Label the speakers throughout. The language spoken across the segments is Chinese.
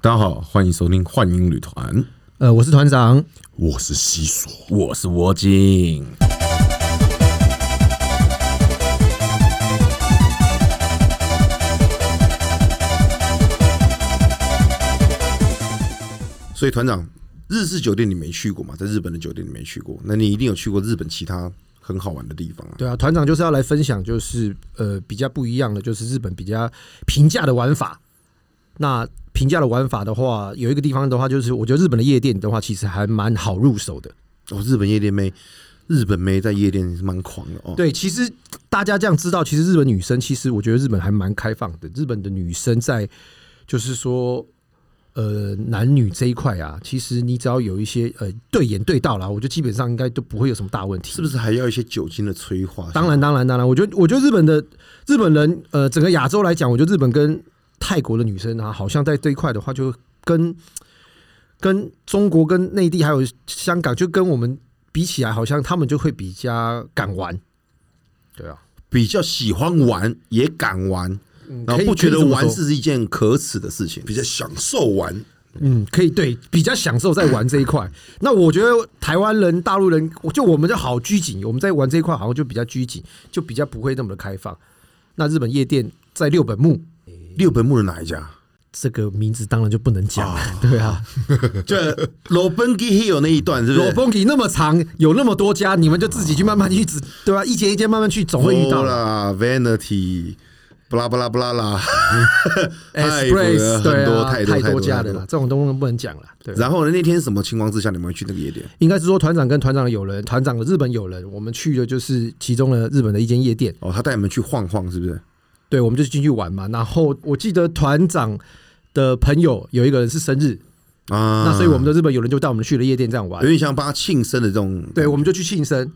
Speaker 1: 大家好，欢迎收听幻影旅团，
Speaker 2: 呃，我是团长，
Speaker 1: 我是西索。
Speaker 3: 我是魔镜，
Speaker 1: 所以团长，日式酒店你没去过嘛？在日本的酒店你没去过，那你一定有去过日本其他很好玩的地方啊。
Speaker 2: 对啊，团长就是要来分享，就是呃比较不一样的，就是日本比较平价的玩法。那平价的玩法的话，有一个地方的话，就是我觉得日本的夜店的话，其实还蛮好入手的。
Speaker 1: 哦，日本夜店妹，日本妹在夜店是蛮狂的哦。
Speaker 2: 对，其实大家这样知道，其实日本女生，其实我觉得日本还蛮开放的。日本的女生在就是说，呃，男女这一块啊，其实你只要有一些呃对眼对到啦，我觉得基本上应该都不会有什么大问题。
Speaker 1: 是不是还要一些酒精的催化？
Speaker 2: 当然，，当然，当然，我觉得，我觉得日本的日本人，呃，整个亚洲来讲，我觉得日本跟泰国的女生啊，好像在这一块的话，就跟跟中国、跟内地还有香港，就跟我们比起来，好像他们就会比较敢玩。对啊，
Speaker 1: 比较喜欢玩，也敢玩，然
Speaker 2: 嗯可
Speaker 1: 后
Speaker 2: 以
Speaker 1: 不觉
Speaker 2: 可以
Speaker 1: 得
Speaker 2: 这么
Speaker 1: 玩
Speaker 2: 说
Speaker 1: 是一件可耻的事情。
Speaker 3: 比较享受玩，
Speaker 2: 嗯，可以对比较享受在玩这一块。 那我觉得台湾人、大陆人，就我们就好拘谨，我们在玩这一块好像就比较拘谨，就比较不会那么的开放。那日本夜店在六本木。
Speaker 1: 六本木的哪一家？
Speaker 2: 这个名字当然就不能讲， 对啊。
Speaker 1: 就罗本基 hill 那一段，是不是？
Speaker 2: 裸蹦迪那么长，有那么多家，你们就自己去慢慢去，只对吧、一间一间慢慢去，总会遇到的。
Speaker 1: 啦，Vanity，不啦不啦不啦啦，太多
Speaker 2: 哎 Express
Speaker 1: 了
Speaker 2: 对
Speaker 1: 很多
Speaker 2: 啊，
Speaker 1: 太多太
Speaker 2: 多
Speaker 1: 多
Speaker 2: 家
Speaker 1: 太
Speaker 2: 的啦
Speaker 1: 多，
Speaker 2: 这种东西不能讲了。对，
Speaker 1: 然后呢？那天什么情况之下你们会去那个夜店？
Speaker 2: 应该是说团长跟团长的友人，团长的日本友人，我们去的就是其中的日本的一间夜店，
Speaker 1: 哦，他带你们去晃晃，是不是？
Speaker 2: 对，我们就进去玩嘛。然后我记得团长的朋友有一个人是生日，
Speaker 1: 啊，
Speaker 2: 那所以我们的日本友人就带我们去了夜店这样玩
Speaker 1: 有。点像帮他庆生的这种，
Speaker 2: 对，我们就去庆生，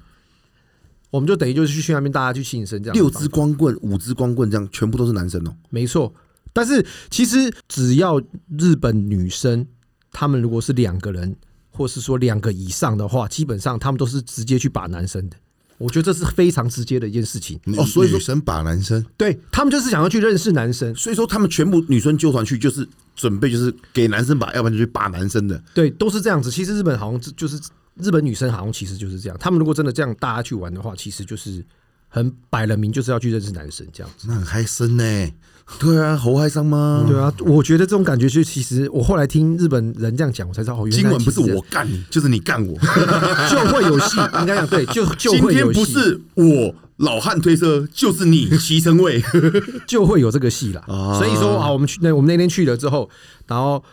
Speaker 2: 我们就等于就是去那边大家去庆生这样。
Speaker 1: 六支光棍、五支光棍这样，全部都是男生哦。
Speaker 2: 没错，但是其实只要日本女生，她们如果是两个人，或是说两个以上的话，基本上她们都是直接去把男生的。我觉得这是非常直接的一件事情。
Speaker 3: 哦，
Speaker 1: 哦
Speaker 3: 所
Speaker 1: 所
Speaker 3: 以
Speaker 1: 以说
Speaker 3: 女生把男生，
Speaker 2: 对他们就是想要去认识男生，
Speaker 1: 所以说他们全部女生纠团去，就是准备就是给男生把，要不然就去把男生的。
Speaker 2: 对，都是这样子。其实日本好像就是日本女生好像其实就是这样。她们如果真的这样大家去玩的话，其实就是很摆了明就是要去认识男生这样子。
Speaker 3: 那很嗨森呢、
Speaker 1: 对啊，猴嗨上吗？
Speaker 2: 对啊，我觉得这种感觉就其实我后来听日本人这样讲，我才知道哦，原来
Speaker 1: 今晚不
Speaker 2: 其
Speaker 1: 是
Speaker 2: 实这样
Speaker 1: 我干你，就是你干我。
Speaker 2: 就会有戏，应该 讲对，就就
Speaker 1: 今
Speaker 2: 会
Speaker 1: 天
Speaker 2: 有
Speaker 1: 不
Speaker 2: 戏，
Speaker 1: 是我老汉推车，就是你骑乘位。
Speaker 2: 就会有这个戏啦。所以说啊，我们去那我们那天去了之后，然后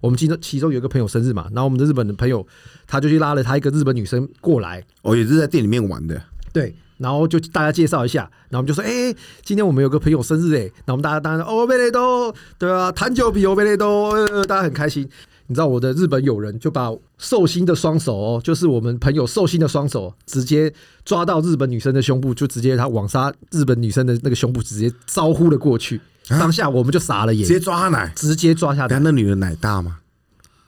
Speaker 2: 我们其中其中有一个朋友生日嘛，然后我们的日本的朋友他就去拉了他一个日本女生过来，
Speaker 1: 哦，也是在店里面玩的。
Speaker 2: 对。然后就大家介绍一下，然后我们就说，哎、今天我们有个朋友生日哎、然后我们大家当然哦贝雷多，对啊，弹酒比哦贝雷多，呃大家很开心。你知道我的日本友人就把寿星的双手哦，就是我们朋友寿星的双手，直接抓到日本女生的胸部，就直接他往杀日本女生的那个胸部，直接招呼了过去。当下我们就傻了眼，
Speaker 1: 啊直接抓他奶。
Speaker 2: 直接抓下
Speaker 1: 等
Speaker 2: 来，
Speaker 1: 下那女的奶大吗？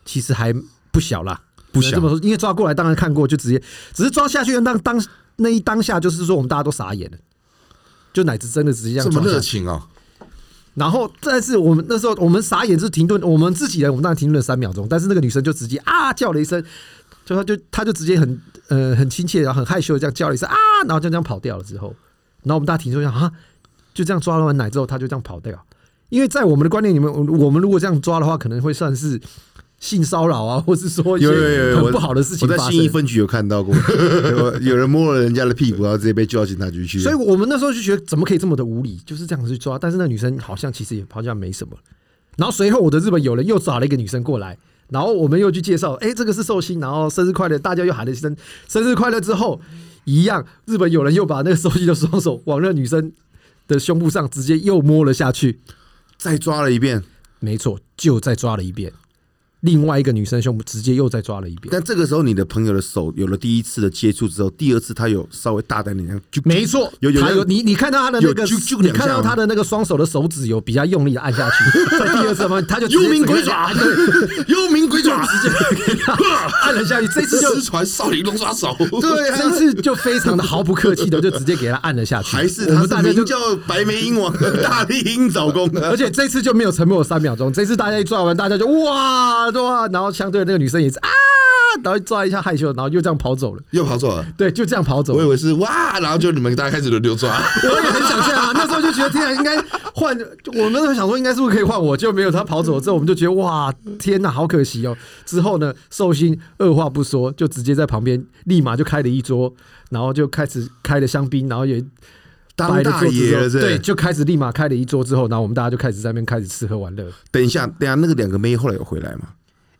Speaker 2: 其实还不小啦，
Speaker 1: 不
Speaker 2: 只能
Speaker 1: 小
Speaker 2: 这么说，因为抓过来当然看过，就直接只是抓下去的当当那一当下，就是说我们大家都傻眼了，就乃至真的直接这样
Speaker 3: 这么
Speaker 2: 抓
Speaker 3: 热
Speaker 2: 下去。
Speaker 3: 情哦，
Speaker 2: 然后，但是我们那时候我们傻眼是停顿，我们自己人我们当然停顿了三秒钟，但是那个女生就直接啊叫了一声，就她就她就直接很呃很亲切，然后很害羞的这样叫了一声啊，然后就这样跑掉了之后，然后我们大家停顿一下啊，就这样抓完奶之后，她就这样跑掉，因为在我们的观念里面，我我们如果这样抓的话，可能会算是性骚扰啊，或是说一些
Speaker 1: 有有有，
Speaker 2: 很
Speaker 1: 我
Speaker 2: 不好的事情
Speaker 1: 我在
Speaker 2: 发
Speaker 1: 新
Speaker 2: 生
Speaker 1: 义。分局有看到过，有有人摸了人家的屁股，然后直接被救到警察局去。
Speaker 2: 所以我们那时候就觉得怎么可以这么的无理，就是这样子去抓。但是那女生好像其实也好像没什么。然后随后我的日本友人又找了一个女生过来，然后我们又去介绍，哎、这个是寿星，然后生日快乐，大家又喊了一声生日快乐之后，一样日本友人又把那个寿星的双手往那女生的胸部上直接又摸了下去。
Speaker 1: 再抓了一遍，
Speaker 2: 没错，就再抓了一遍。另外一个女生胸部直接又再抓了一遍。
Speaker 1: 但这个时候，你的朋友的手有了第一次的接触之后，第二次他有稍微大胆点，就
Speaker 2: 没错，
Speaker 1: 有有
Speaker 2: 他
Speaker 1: 有
Speaker 2: 有你你看到他的那个
Speaker 1: 有啾啾，
Speaker 2: 你
Speaker 1: 两下哦
Speaker 2: 看到
Speaker 1: 吗
Speaker 2: 他的那个双手的手指有比较用力的按下去， 在第二次方面他就直接
Speaker 1: 幽冥鬼爪啊
Speaker 2: 整 个人，
Speaker 1: 幽冥鬼爪，
Speaker 2: 对， 按了下去，这次就
Speaker 3: 失传少林龙爪手，
Speaker 2: 对，
Speaker 1: 啊
Speaker 2: 这次就非常的毫不客气的就直接给他按了下去，
Speaker 1: 还是
Speaker 2: 我
Speaker 1: 他
Speaker 2: 们
Speaker 1: 是
Speaker 2: 大家就
Speaker 1: 名。叫白眉鹰王的 大力鹰爪功
Speaker 2: 而且这次就没有沉默三秒钟，这次大家一抓完，大家就哇对吧？然后相对的那个女生也是啊，然后抓一下害羞，然后又这样跑走了，
Speaker 3: 又跑错了。
Speaker 2: 对，就这样跑走
Speaker 3: 我以
Speaker 2: 了。
Speaker 3: 为是哇，然后就你们大家开始轮流抓，
Speaker 2: 我也很想这样啊， 那时候就觉得天啊，应该换，我们那时候想说应该是不是可以换我，就没有他跑走了之后，我们就觉得哇天哪，好可惜哦。之后呢，寿星二话不说就直接在旁边立马就开了一桌，然后就开始开了香槟，然后也摆
Speaker 1: 当
Speaker 2: 了
Speaker 1: 大
Speaker 2: 桌子
Speaker 1: 爷
Speaker 2: 之
Speaker 1: 了，
Speaker 2: 后，
Speaker 1: 是
Speaker 2: 对，。就开始立马开了一桌之后，然后我们大家就开始在那边开始吃喝玩乐。
Speaker 1: 等一下，等一下，那个两个妹后来有回来吗？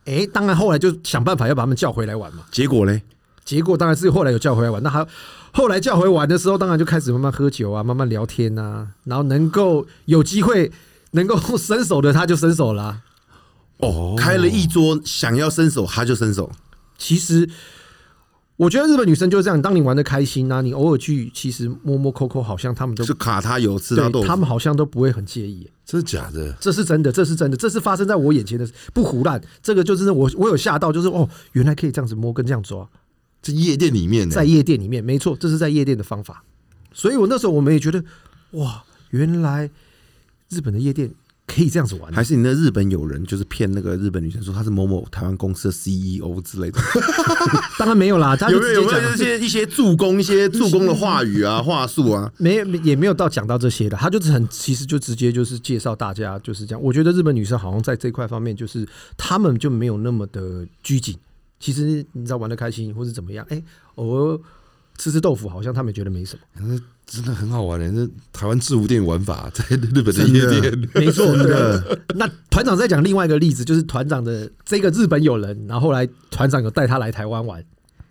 Speaker 2: 哎、当然后来就想办法要把他们叫回来玩嘛。
Speaker 1: 结果嘞，
Speaker 2: 结果当然是后来有叫回来玩，那还后来叫回玩的时候，当然就开始慢慢喝酒啊，慢慢聊天啊，然后能够有机会能够伸手的他就伸手啦、
Speaker 1: 哦，开了一桌，想要伸手他就伸手，
Speaker 2: 其实我觉得日本女生就是这样，当你玩的开心啊，你偶尔去其实摸摸抠抠，好像他们都
Speaker 1: 就卡他油吃他豆
Speaker 2: 对，他
Speaker 1: 腐。
Speaker 2: 们好像都不会很介意。
Speaker 3: 真的假的？
Speaker 2: 这是真的，这是真的，这是发生在我眼前的，不胡乱。这个就是我，我有吓到，就是哦，原来可以这样子摸跟这样啊抓，
Speaker 3: 这夜店里面呢、
Speaker 2: 在夜店里面，没错，这是在夜店的方法。所以我那时候我们也觉得，哇，原来日本的夜店可以这样子 玩。啊
Speaker 1: 还是你那日本友人就是骗那个日本女生说她是某某台湾公司的 CEO 之类的，
Speaker 2: 当然没有啦，他就
Speaker 1: 有没有有
Speaker 2: 直接
Speaker 1: 没
Speaker 2: 讲
Speaker 1: 有一些一些助攻一些助攻的话语 啊话术啊？
Speaker 2: 没有也没有到讲到这些的，他就是很其实就直接就是介绍大家就是这样。我觉得日本女生好像在这块方面，就是她们就没有那么的拘谨。其实你知道玩的开心或是怎么样，哎、偶尔吃吃豆腐，好像她们觉得没什么。
Speaker 3: 真的很好玩的、这台湾制服店玩法 在日本的夜店，
Speaker 2: 没错，对。那团长再讲另外一个例子，就是团长的这个日本友人，然后后来团长有带他来台湾玩，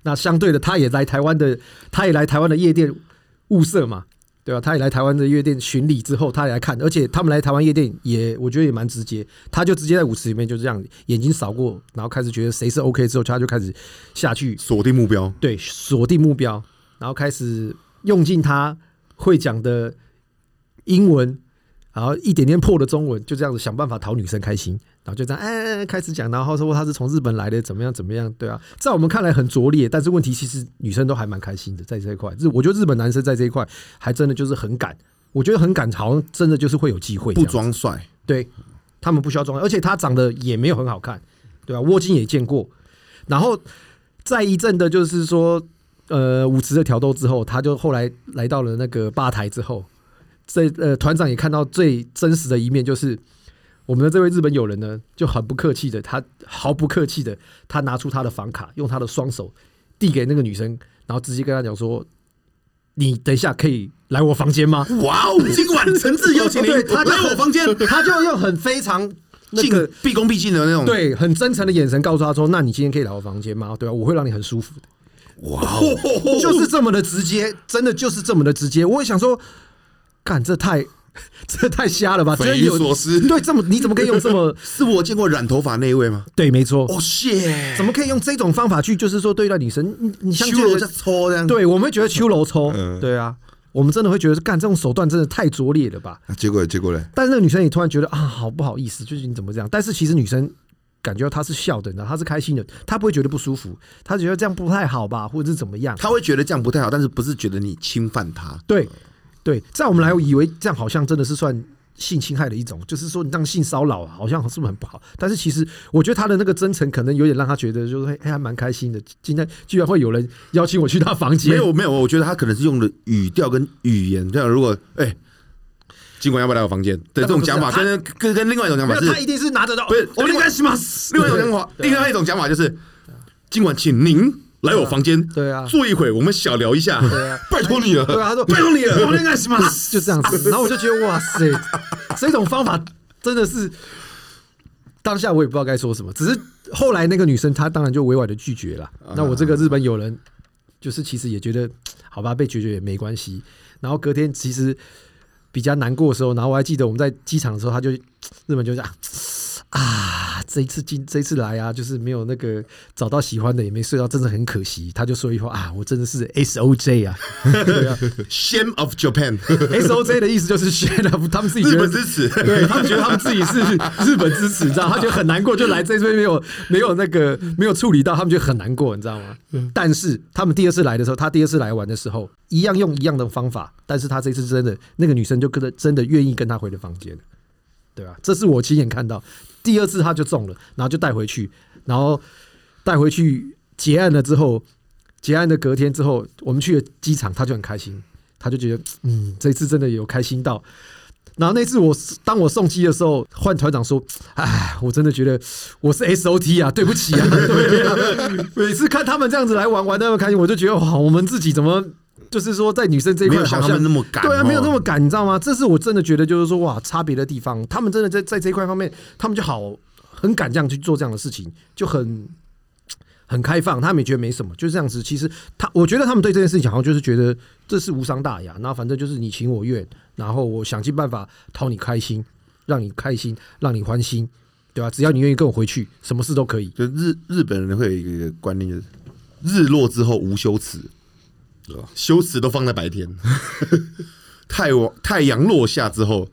Speaker 2: 那相对的他也来台湾的，他也来台湾的夜店物色嘛，对吧、他也来台湾的夜店巡礼之后，他也来看，而且他们来台湾夜店也，我觉得也蛮直接，他就直接在舞池里面就这样眼睛扫过，然后开始觉得谁是 OK 之后，他就开始下去
Speaker 1: 锁定目标，
Speaker 2: 对，锁定目标，然后开始用尽他会讲的英文，然后一点点破的中文，就这样子想办法讨女生开心，然后就这样哎哎哎开始讲，然后说他是从日本来的，怎么样怎么样，对啊，在我们看来很拙劣，但是问题其实女生都还蛮开心的，在这一块，日我觉得日本男生在这一块还真的就是很敢，我觉得很敢，好像真的就是会有机会
Speaker 1: 不
Speaker 2: 这样子，
Speaker 1: 装帅，
Speaker 2: 对他们不需要装，而且他长得也没有很好看，对吧、啊？窝金也见过，然后再一阵的，就是说，呃，舞池的挑逗之后，他就后来来到了那个吧台之后，这呃团长也看到最真实的一面，就是我们的这位日本友人呢，就很不客气的，他毫不客气的，他拿出他的房卡，用他的双手递给那个女生，然后直接跟她讲说：“你等一下可以来我房间吗？”
Speaker 1: 哇哦！今 晚陈志有请您
Speaker 2: 哦
Speaker 3: 哦
Speaker 2: 对他就
Speaker 1: 来我房间，
Speaker 2: 他就用很非常那
Speaker 1: 进
Speaker 2: 个
Speaker 1: 毕恭毕敬的那种。，
Speaker 2: 对很真诚的眼神告诉他说：“那你今天可以来我房间吗？对吧、啊我会让你很舒服的。
Speaker 3: 哇，
Speaker 1: 哦
Speaker 2: 就是这么的直接，真的就是这么的直接。我也想说，干这太 这太瞎了吧？
Speaker 3: 匪
Speaker 2: 居
Speaker 3: 夷
Speaker 2: 然有
Speaker 3: 所思
Speaker 2: 对，这么你怎么可以用 这么
Speaker 1: 是我见过染头发那一位吗？
Speaker 2: 对？没错，
Speaker 1: 哦，谢，
Speaker 2: 怎么可以用这种方法去就是说对待女生？你你像
Speaker 1: 修罗在抽这样？，嗯
Speaker 2: 对，我们会觉得秋楼抽，对啊，我们真的会觉得干这种手段真的太拙劣了吧？
Speaker 3: 啊结果结果嘞，
Speaker 2: 但是那个女生也突然觉得啊，好不好意思，就是你怎么这样？但是其实女生感觉到她是笑的，然后她是开心的，她不会觉得不舒服，她觉得这样不太好吧，或者是怎么样？
Speaker 1: 他会觉得这样不太好，但是不是觉得你侵犯他？
Speaker 2: 对对，在我们来以为这样好像真的是算性侵害的一种，就是说你这样性骚扰好像是不是很不好？但是其实我觉得她的那个真诚可能有点让她觉得就是哎、还蛮开心的，今天居然会有人邀请我去她房间，
Speaker 1: 没有没有，我觉得他可能是用的语调跟语言。这样如果哎，今晚要不要来我房间？对，这种讲法
Speaker 2: 那不啊
Speaker 1: 跟跟跟另外一种讲
Speaker 2: 没
Speaker 1: 法
Speaker 2: 有，
Speaker 1: 是
Speaker 2: 她一定是拿着刀，
Speaker 1: 不是
Speaker 2: 我应该
Speaker 1: します。另外一种讲法，
Speaker 2: 啊
Speaker 1: 另外一种讲法就是，今晚请您来我房间，
Speaker 2: 对啊
Speaker 1: 坐一会，我们小聊一下。
Speaker 2: 对啊，
Speaker 3: 拜托你
Speaker 2: 对
Speaker 3: 了，
Speaker 2: 啊，她说
Speaker 1: 拜托你 了，我应该します。
Speaker 2: 就这样子。啊然后我就觉得哇塞，这种方法真的是当下我也不知道该说什么，只是后来那个女生她当然就委婉的拒绝了。那我这个日本友人就是其实也觉得好吧，被拒绝也没关系。然后隔天其实比较难过的时候，然后我还记得我们在机场的时候，他就日本就这样啊，这一次进这一次来啊，就是没有那个找到喜欢的，也没睡到，真的很可惜。他就说一句话啊，我真的是 S O J 啊
Speaker 1: Shame of Japan，
Speaker 2: ，S O J 的意思就是 shut up，他们自己觉
Speaker 1: 日
Speaker 2: 得
Speaker 1: 本支持。
Speaker 2: 对他们觉得他们自己是日本支持，你知道，他觉得很难过，就来这边没有没有那个没有处理到，他们觉得很难过，你知道吗？但是他们第二次来的时候，他第二次来玩的时候，一样用一样的方法，但是他这次真的那个女生就跟着真的愿意跟他回了房间，对吧、这是我亲眼看到，第二次他就中了，然后就带回去，然后带回去结案了之后，结案的隔天之后，我们去了机场，他就很开心，他就觉得嗯，这次真的有开心到。然后那次我当我送机的时候，换团长说：“哎，我真的觉得我是 SOT 啊，对不起啊， 对啊。每次看他们这样子来玩玩得那么开心，我就觉得哇，我们自己怎么就是说在女生这一
Speaker 1: 没
Speaker 2: 块
Speaker 1: 有像
Speaker 2: 好
Speaker 1: 他们那么敢
Speaker 2: 对啊，
Speaker 1: 哦
Speaker 2: 没有那么赶，你知道吗？这是我真的觉得就是说哇，差别的地方，他们真的在在这一块方面，他们就好很敢这样去做这样的事情，就很很开放，他们也觉得没什么，就是这样子。其实他，我觉得他们对这件事情好像就是觉得这是无伤大雅，那反正就是你情我愿，然后我想尽办法讨你开心，让你开心，让你欢心，对吧、啊只要你愿意跟我回去，什么事都可以。
Speaker 1: 就日日本人会有一个观念，就是日落之后无羞耻，羞耻都放在白天。 太阳太阳落下之后，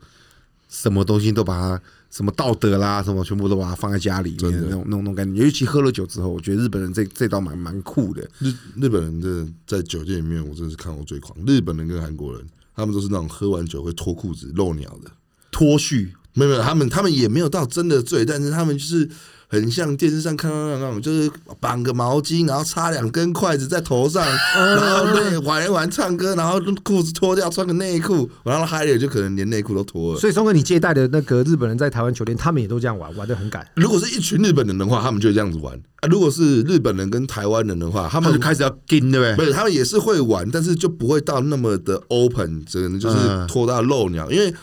Speaker 1: 什么东西都把它什么道德啦，什么全部都把它放在家里面
Speaker 3: 真的
Speaker 1: 那种那种那种感觉。尤其喝了酒之后，我觉得日本人这这道蛮蛮酷的。
Speaker 3: 日日本人真的在酒店里面，我真的是看过最狂。日本人跟韩国人，他们都是那种喝完酒会脱裤子露鸟的。
Speaker 1: 脱序
Speaker 3: 没有没有，他们他们也没有到真的醉，但是他们就是很像电视上看到那种，就是绑个毛巾，然后插两根筷子在 头上，然后对玩一玩唱歌，然后裤子脱掉穿个内裤，然后嗨了就可能连内裤都脱了。
Speaker 2: 所以松哥，你接待的那个日本人在台湾酒店，他们也都这样玩，玩的很敢。
Speaker 3: 如果是一群日本人的话，他们就会这样子玩；啊、如果是日本人跟台湾人的话，他
Speaker 1: 他们
Speaker 3: 们
Speaker 1: 就开始要跟，对不
Speaker 3: 不
Speaker 1: 对？
Speaker 3: 是，他们也是会玩，但是就不会到那么的 open，真的就是
Speaker 1: 嗯
Speaker 3: 脱到露鸟。因为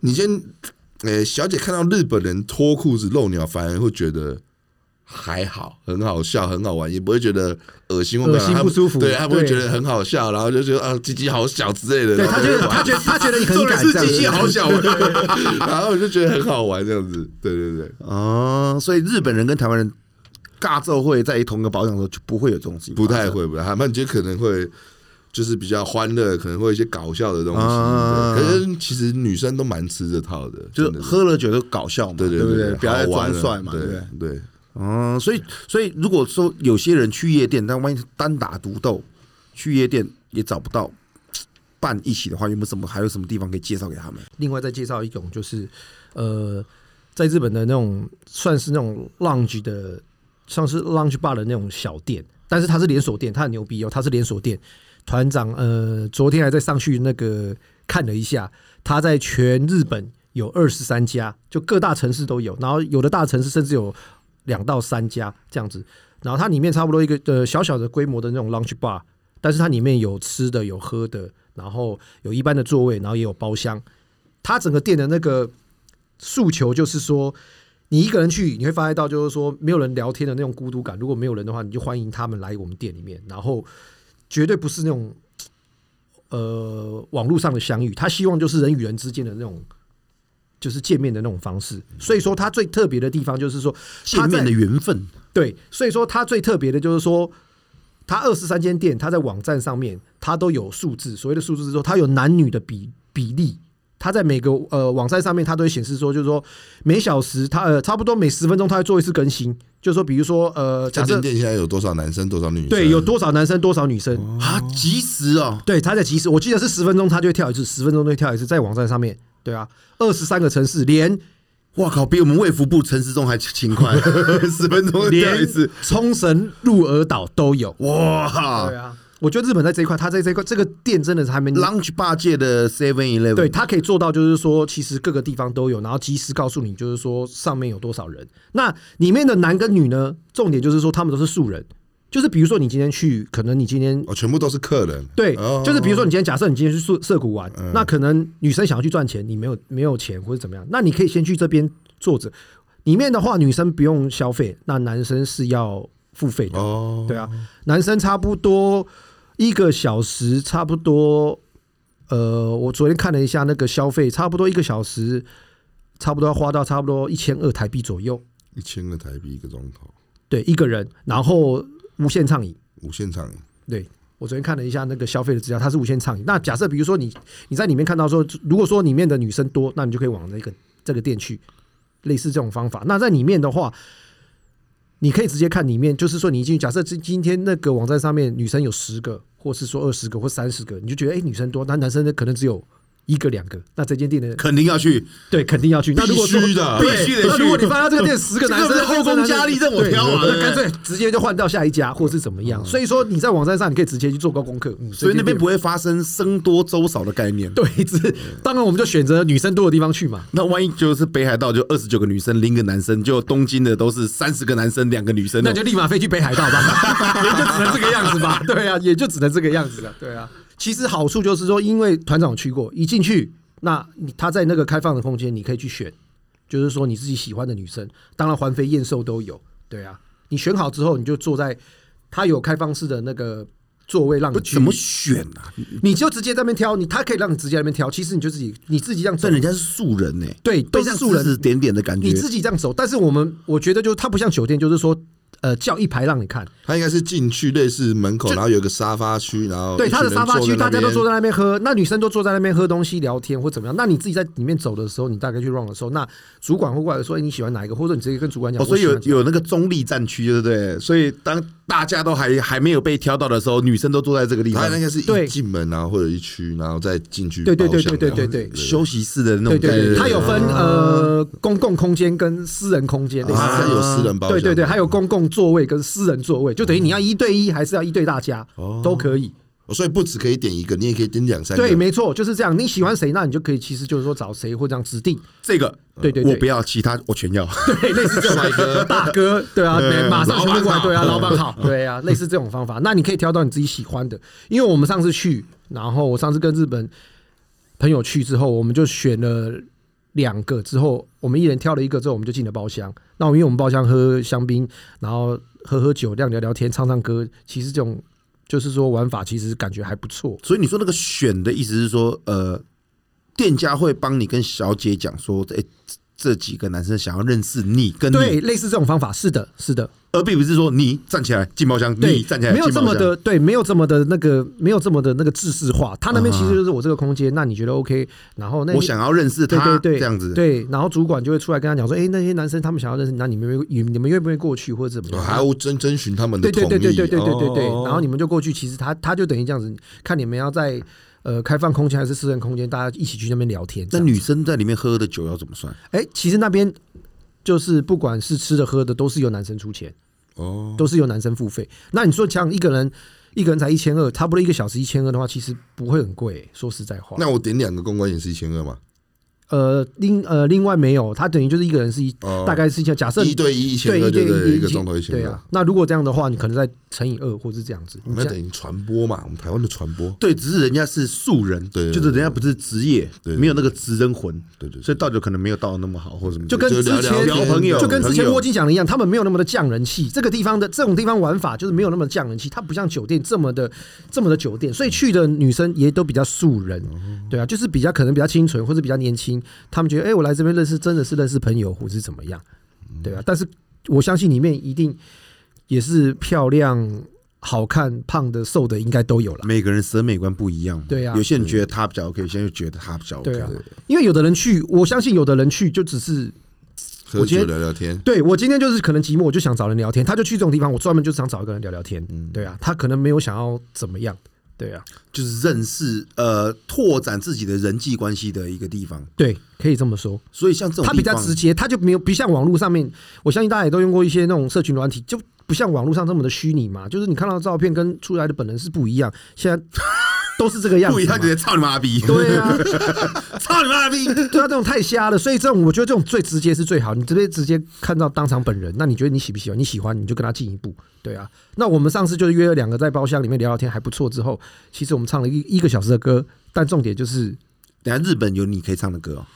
Speaker 3: 你先，呃、小姐看到日本人脱裤子露鸟，反而会觉得还好，很好笑，很好玩，也不会觉得恶心或
Speaker 2: 恶
Speaker 3: 干嘛
Speaker 2: 心
Speaker 3: 他
Speaker 2: 不
Speaker 3: 们
Speaker 2: 舒服
Speaker 3: 对，他不会
Speaker 2: 对
Speaker 3: 觉得很好笑，然后就觉得啊，鸡鸡好 小之类的。
Speaker 2: 对
Speaker 3: 然后
Speaker 2: 他觉得，
Speaker 3: 就
Speaker 2: 他觉得，他觉得你很
Speaker 3: 重点
Speaker 2: 敢
Speaker 3: 是
Speaker 2: 这样
Speaker 3: 鸡鸡
Speaker 2: 子。
Speaker 3: 好小， 然后我就觉得很好玩这样子。对对对，
Speaker 1: 哦，所以日本人跟台湾人尬奏会在同一个保养的时候就不会有这种事情，
Speaker 3: 不太。会，不太会，他们就可能会就是比较欢乐，可能会有一些搞笑的东西。
Speaker 1: 啊
Speaker 3: 对可是其实女生都蛮吃这套的，
Speaker 1: 就
Speaker 3: 真的
Speaker 1: 是喝了酒就搞笑嘛，
Speaker 3: 对
Speaker 1: 对
Speaker 3: 对
Speaker 1: 不
Speaker 3: 对，
Speaker 1: 不要再
Speaker 3: 好
Speaker 1: 装
Speaker 3: 玩了
Speaker 1: 帅嘛，对
Speaker 3: 对
Speaker 1: 不对？
Speaker 2: 啊
Speaker 3: 对。
Speaker 1: 哦，所以所以如果说有些人去夜店，但万一单打独斗，去夜店也找不到伴一起的话，有没有什么还有什么地方可以介绍给他们？
Speaker 2: 另外再介绍一种就是，呃，在日本的那种算是那种 lounge 的，像是 lounge bar 的那种小店，但是它是连锁店，它很牛逼哦，它是连锁店。团长呃，昨天还在上去那个看了一下，他在全日本有二十三家，就各大城市都有，然后有的大城市甚至有两到三家这样子。然后它里面差不多一个呃小小的规模的那种 lounge bar，但是它里面有吃的有喝的，然后有一般的座位，然后也有包厢。它整个店的那个诉求就是说，你一个人去，你会发现到就是说没有人聊天的那种孤独感。如果没有人的话，你就欢迎他们来我们店里面，然后绝对不是那种呃网络上的相遇，他希望就是人与人之间的那种。就是见面的那种方式，所以说它最特别的地方就是说，
Speaker 1: 见面的缘分，
Speaker 2: 对，所以说它最特别的就是说，它二十三间店，它在网站上面它都有数字，所谓的数字是说它有男女的比比例。它在每个呃网站上面，它都会显示说，就是说每小时它呃差不多每十分钟它会做一次更新，就是说比如说呃
Speaker 3: 家
Speaker 2: 假设
Speaker 3: 庭店现在有多少男生，多少女生？
Speaker 2: 对有多少男生多少女生，
Speaker 1: 啊，及时哦，
Speaker 2: 对，他在即时，我记得是十分钟他就会跳一次，十分钟就会跳一次，在网站上面，对啊，二十三个城市连
Speaker 1: 哇靠，比我们卫福部陈时中还勤快， 十分钟掉
Speaker 2: 连
Speaker 1: 一次，
Speaker 2: 冲绳、鹿儿岛都有，
Speaker 1: 哇
Speaker 2: 对啊，我觉得日本在这一块，它在这一块这个店真的是还没
Speaker 1: ！Lunch Bar 界的 Seven Eleven，
Speaker 2: 对，它可以做到，就是说，其实各个地方都有，然后及时告诉你，就是说上面有多少人。那里面的男跟女呢，重点就是说他们都是素人，就是比如说你今天去，可能你今天
Speaker 3: 哦，全部都是客人。
Speaker 2: 对，
Speaker 3: 哦
Speaker 2: 就是比如说你今天假设你今天去涩涩谷玩，那可能女生想要去赚钱，你没有没有钱或者怎么样，那你可以先去这边坐着。里面的话，女生不用消费，那男生是要付费的。
Speaker 3: 哦，
Speaker 2: 对啊，男生差不多一个小时，差不多，呃，我昨天看了一下那个消费，差不多一个小时，差不多要花到差不多一千二台币左右。
Speaker 3: 一千个台币一个钟头，
Speaker 2: 对，一个人，然后无限畅饮。
Speaker 3: 无限畅饮。
Speaker 2: 对我昨天看了一下那个消费的资料，它是无限畅饮。那假设比如说你你在里面看到说，如果说里面的女生多，那你就可以往那个这个店去，类似这种方法。那在里面的话，你可以直接看里面，就是说你进去，假设今今天那个网站上面女生有十个，或是说二十个或三十个，你就觉得哎、诶女生多，那男生呢可能只有。一个两个，那这间店的
Speaker 1: 肯定要去，
Speaker 2: 对 肯定要去。那如果说
Speaker 3: 必须的
Speaker 2: 对
Speaker 1: 必须得
Speaker 2: 那
Speaker 1: 去
Speaker 2: 如果你发现这个店十个男 生，
Speaker 1: 这个不是后宫佳丽
Speaker 2: 这
Speaker 1: 任我挑啊嗯
Speaker 2: 那干脆直接就换到下一家，或是怎么样。所以说你在网站上你可以直接去做个功课，嗯
Speaker 1: 所以那边
Speaker 2: 这间店
Speaker 1: 不会发生僧多粥少的概念。
Speaker 2: 对，只是当然我们就选择女生多的地方去嘛。
Speaker 1: 那万一就是北海道就二十九个女生，零个男生，就东京的都是三十个男生，两个女生
Speaker 2: 那
Speaker 1: 种，
Speaker 2: 就立马飞去北海道吧， 也就只能这个样子吧。对啊，也就只能这个样子了。对啊，其实好处就是说，因为团长有去过，一进去，那你他在那个开放的空间，你可以去选，就是说你自己喜欢的女生，当然环肥燕瘦都有。对啊，你选好之后，你就坐在他有开放式的那个座位让你
Speaker 1: 不
Speaker 2: 去
Speaker 1: 怎，么选啊？
Speaker 2: 你就直接在那边挑，你他可以让你直接在那边挑，其实你就自己你自己这样走
Speaker 1: 但人家是素人呢、
Speaker 2: 对，
Speaker 1: 被
Speaker 2: 都是
Speaker 1: 这样
Speaker 2: 素人
Speaker 1: 指指点点的感觉
Speaker 2: 你。自己这样走，但是我们我觉得就是它不像酒店，就是说呃叫一排让你看，
Speaker 3: 他应该是进去类似门口，然后有一个沙发区，然后
Speaker 2: 对，它的沙发区大家都坐
Speaker 3: 在
Speaker 2: 在那边喝，那女生都坐在那边喝东西聊天或怎么样，那你自己在里面走的时候，你大概去 run 的时候，那主管会过来说、哎你喜欢哪一个，或者你直接跟主管讲，
Speaker 1: 哦，所以有
Speaker 2: 我喜欢这个
Speaker 1: 有那个中立战区，对不对？所以当大家都还还没有被挑到的时候，女生都坐在这个地
Speaker 3: 那
Speaker 1: 方
Speaker 3: 边。他应该是
Speaker 2: 对
Speaker 3: 一进门然后或者一区，然后再进去
Speaker 2: 对对对
Speaker 3: 包厢
Speaker 2: 对对
Speaker 3: 这样
Speaker 2: 对对对
Speaker 1: 休息室的那
Speaker 2: 对
Speaker 1: 种，
Speaker 2: 对
Speaker 1: 感
Speaker 2: 对，
Speaker 1: 觉。
Speaker 2: 它有分呃公共空间跟私人空间，类似
Speaker 3: 啊，
Speaker 2: 这
Speaker 3: 他
Speaker 2: 样
Speaker 3: 有私人包厢，
Speaker 2: 对对对，还有公共座位跟私人座位，就等于你要一对一，还是要一对大家，都可以。
Speaker 3: 哦，所以不只可以点一个，你也可以点两三个。
Speaker 2: 对，没错，就是这样。你喜欢谁，那你就可以，其实就是说找谁或这样指定。
Speaker 1: 这个，
Speaker 2: 对对对
Speaker 1: 我不要，其他我全要。
Speaker 2: 对，类似这种大哥，对啊，对马上
Speaker 1: 老
Speaker 2: 全部
Speaker 1: 板
Speaker 2: 过
Speaker 1: 好
Speaker 2: 来，对啊，老板好，对啊，类似这种方法，那你可以挑到你自己喜欢的。因为我们上次去，然后我上次跟日本朋友去之后，我们就选了两个，之后我们一人挑了一个之后，我们就进了包厢。那因为我们包厢喝香槟，然后喝喝酒，这样聊聊天，唱唱歌，其实这种就是说玩法，其实感觉还不错。
Speaker 1: 所以你说那个选的意思是说，呃，店家会帮你跟小姐讲说，哎、这这几个男生想要认识你，跟
Speaker 2: 对，
Speaker 1: 你，
Speaker 2: 类似这种方法，是的，是的，
Speaker 1: 而并不是说你站起来进包厢，
Speaker 2: 对，
Speaker 1: 你站起来
Speaker 2: 没有
Speaker 1: 进
Speaker 2: 这
Speaker 1: 包
Speaker 2: 么
Speaker 1: 厢。
Speaker 2: 的，对，没有这么的那个，没有这么的那个制式化。他那边其实就是我这个空间，那你觉得 OK？然后那
Speaker 1: 啊我想要认识
Speaker 2: 对
Speaker 1: 他，
Speaker 2: 对对，
Speaker 1: 这样子。
Speaker 2: 对，然后主管就会出来跟他讲说，哎，那些男生他们想要认识你，那你们愿不愿你们愿不愿意过去或者怎么
Speaker 3: 哦，
Speaker 2: 样？
Speaker 3: 还要征征询他们的
Speaker 2: 对
Speaker 3: 同
Speaker 2: 对
Speaker 3: 意。
Speaker 2: 对对对对对对对
Speaker 3: 哦，
Speaker 2: 然后你们就过去，其实他他就等于这样子，看你们要在呃开放空间还是私人空间，大家一起去那边聊天。
Speaker 1: 那女生在里面喝的酒要怎么算？
Speaker 2: 哎，其实那边就是不管是吃的喝的，都是由男生出钱。
Speaker 3: 哦，
Speaker 2: 都是由男生付费。那你说像一个人一个人才一千二，差不多一个小时一千二的话，其实不会很贵、说实在话，
Speaker 3: 那我点两个公关也是一千二嘛，
Speaker 2: 呃另呃另外没有，他等于就是一个人是一、
Speaker 3: 哦
Speaker 2: 大概是一千，假设
Speaker 3: 一
Speaker 2: 你
Speaker 3: 对一一千
Speaker 2: 对
Speaker 3: 二，
Speaker 2: 一对
Speaker 3: 对对，
Speaker 2: 一
Speaker 3: 一个钟头一千
Speaker 2: 对
Speaker 3: 二哦
Speaker 2: 啊。。那如果这样的话，你可能再乘以二或是这样子。你
Speaker 3: 那
Speaker 2: 这样
Speaker 3: 等于传播嘛，我们台湾的传播，
Speaker 1: 对，只是人家是素人，
Speaker 3: 对对
Speaker 1: 就是人家不是职业，
Speaker 3: 对对
Speaker 1: 没有那个职人魂，
Speaker 3: 对对对
Speaker 1: 所以倒酒可能没有倒得那么好，或者什么，
Speaker 2: 就跟
Speaker 3: 就
Speaker 2: 之
Speaker 3: 聊
Speaker 2: 前
Speaker 3: 聊天
Speaker 1: 聊朋友
Speaker 2: 就跟之前
Speaker 1: 朋友
Speaker 2: 郭金讲的一样，他们没有那么的匠人气。这个地方的这种地方玩法就是没有那么匠人气，它不像酒店这么的这么的酒店，所以去的女生也都比较素人，对啊，就是比较可能比较清纯或者比较年轻，他们觉得哎、诶我来这边认识真的是认识朋友或是怎么样，对啊，但是我相信里面一定也是漂亮、好看、胖的、瘦的应该都有了。
Speaker 1: 每个人审美观不一样，
Speaker 2: 对啊
Speaker 1: 有些人觉得他比较 OK，有些人觉得他比较 OK，
Speaker 2: 对啊，因为有的人去，我相信有的人去就只是
Speaker 3: 喝
Speaker 2: 觉
Speaker 3: 酒
Speaker 2: 得
Speaker 3: 聊聊天，
Speaker 2: 对我今天就是可能寂寞，我就想找人聊天，他就去这种地方，我专门就想找一个人聊聊天。
Speaker 1: 嗯
Speaker 2: 对啊，他可能没有想要怎么样，对啊，
Speaker 1: 就是认识呃拓展自己的人际关系的一个地方。
Speaker 2: 对，可以这么说。
Speaker 1: 所以像这种
Speaker 2: 他比较直接，他就没有不像网络上面，我相信大家也都用过一些那种社群软体，就不像网络上这么的虚拟嘛，就是你看到的照片跟出来的本人是不一样，现在 都是这个样
Speaker 1: 不
Speaker 2: 子嘛，
Speaker 1: 一样，直接操你妈逼，
Speaker 2: 对啊，
Speaker 1: 操你妈逼！
Speaker 2: 对啊，这种太瞎了，所以这种我觉得这种最直接是最好，你直接直接看到当场本人，那你觉得你喜不喜欢？你喜欢你就跟他进一步，对啊。那我们上次就是约了两个在包厢里面聊聊天还不错，之后其实我们唱了一一个小时的歌，但重点就是，
Speaker 1: 等下日本有你可以唱的歌哦。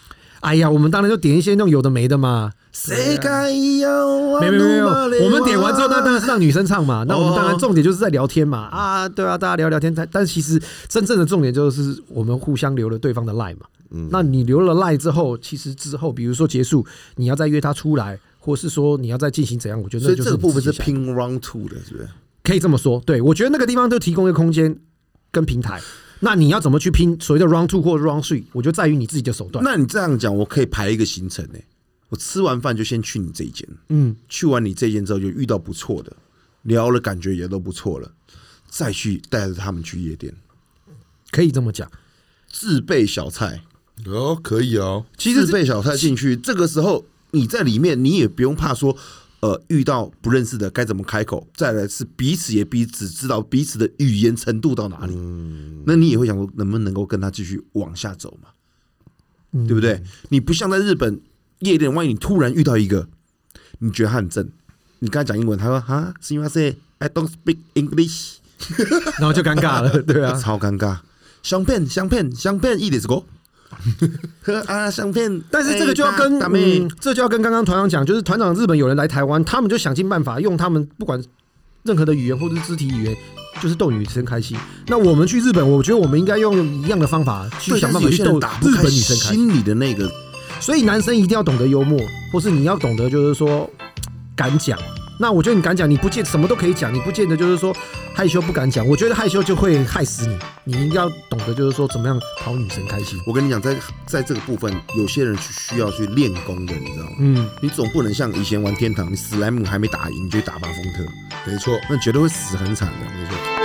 Speaker 2: 哎呀，我们当然就点一些那种有的没的嘛，
Speaker 1: 谁该有？
Speaker 2: 没没没有，我们点完之后，那当然是让女生唱嘛。那我们当然
Speaker 1: 哦
Speaker 2: 重点就是在聊天嘛，啊，对啊，大家聊聊天。但但其实真正的重点就是我们互相留了对方
Speaker 1: 嗯
Speaker 2: 的赖嘛。那你留了赖之后，其实之后比如说结束，你要再约他出来，或是说你要再进行怎样，我觉得
Speaker 1: 所
Speaker 2: 那
Speaker 1: 以
Speaker 2: 就
Speaker 1: 这
Speaker 2: 是
Speaker 1: 个部分
Speaker 2: 你
Speaker 1: 是
Speaker 2: 自己想
Speaker 1: 拼 round two 的，是不是？
Speaker 2: 可以这么说，对我觉得那个地方就提供一个空间跟平台。那你要怎么去拼所谓的 round two 或 round three，我就在于你自己的手段。
Speaker 1: 那你这样讲，我可以排一个行程呢、我吃完饭就先去你这一间，
Speaker 2: 嗯，
Speaker 1: 去完你这间之后就遇到不错的，聊了感觉也都不错了，再去带着他们去夜店，
Speaker 2: 可以这么讲，
Speaker 1: 自备小菜，
Speaker 3: 哦，可以哦，
Speaker 1: 其实自备小菜进去，这个时候你在里面，你也不用怕说，呃，遇到不认识的该怎么开口。再来是彼此也彼此知道彼此的语言程度到哪里，那你也会想说，能不能够跟他继续往下走嘛？对不对？你不像在日本夜店，万一你突然遇到一个，你觉得他很正，你跟他讲英文，他说哈，是因为是 I don't speak English，
Speaker 2: 然后就尴尬了，对啊，
Speaker 1: 超尴尬。香片，香片，香片，一点是 狗。喝啊，香片，
Speaker 2: 但是这个就要跟、
Speaker 1: 哎大大妹
Speaker 2: 嗯，这就要跟刚刚团长讲，就是团长日本有人来台湾，他们就想尽办法用他们不管任何的语言或者是肢体语言，就是逗女生开心。那我们去日本，我觉得我们应该用一样的方法去
Speaker 1: 对
Speaker 2: 想
Speaker 1: 但
Speaker 2: 办
Speaker 1: 是
Speaker 2: 法
Speaker 1: 有
Speaker 2: 去
Speaker 1: 些
Speaker 2: 逗
Speaker 1: 人
Speaker 2: 日
Speaker 1: 打不开
Speaker 2: 本女生开心。
Speaker 1: 心里的那个，
Speaker 2: 所以男生一定要懂得幽默，或是你要懂得就是说敢讲。那我觉得你敢讲，你不见什么都可以讲，你不见得就是说害羞不敢讲。我觉得害羞就会害死你，你一定要懂得就是说怎么样讨女生开心。
Speaker 1: 我跟你讲，在在这个部分，有些人是需要去练功的，你知道吗？
Speaker 2: 嗯，
Speaker 1: 你总不能像以前玩天堂，你史莱姆还没打赢你就打巴风特，
Speaker 3: 没错，
Speaker 1: 那绝对会死很惨的。没错，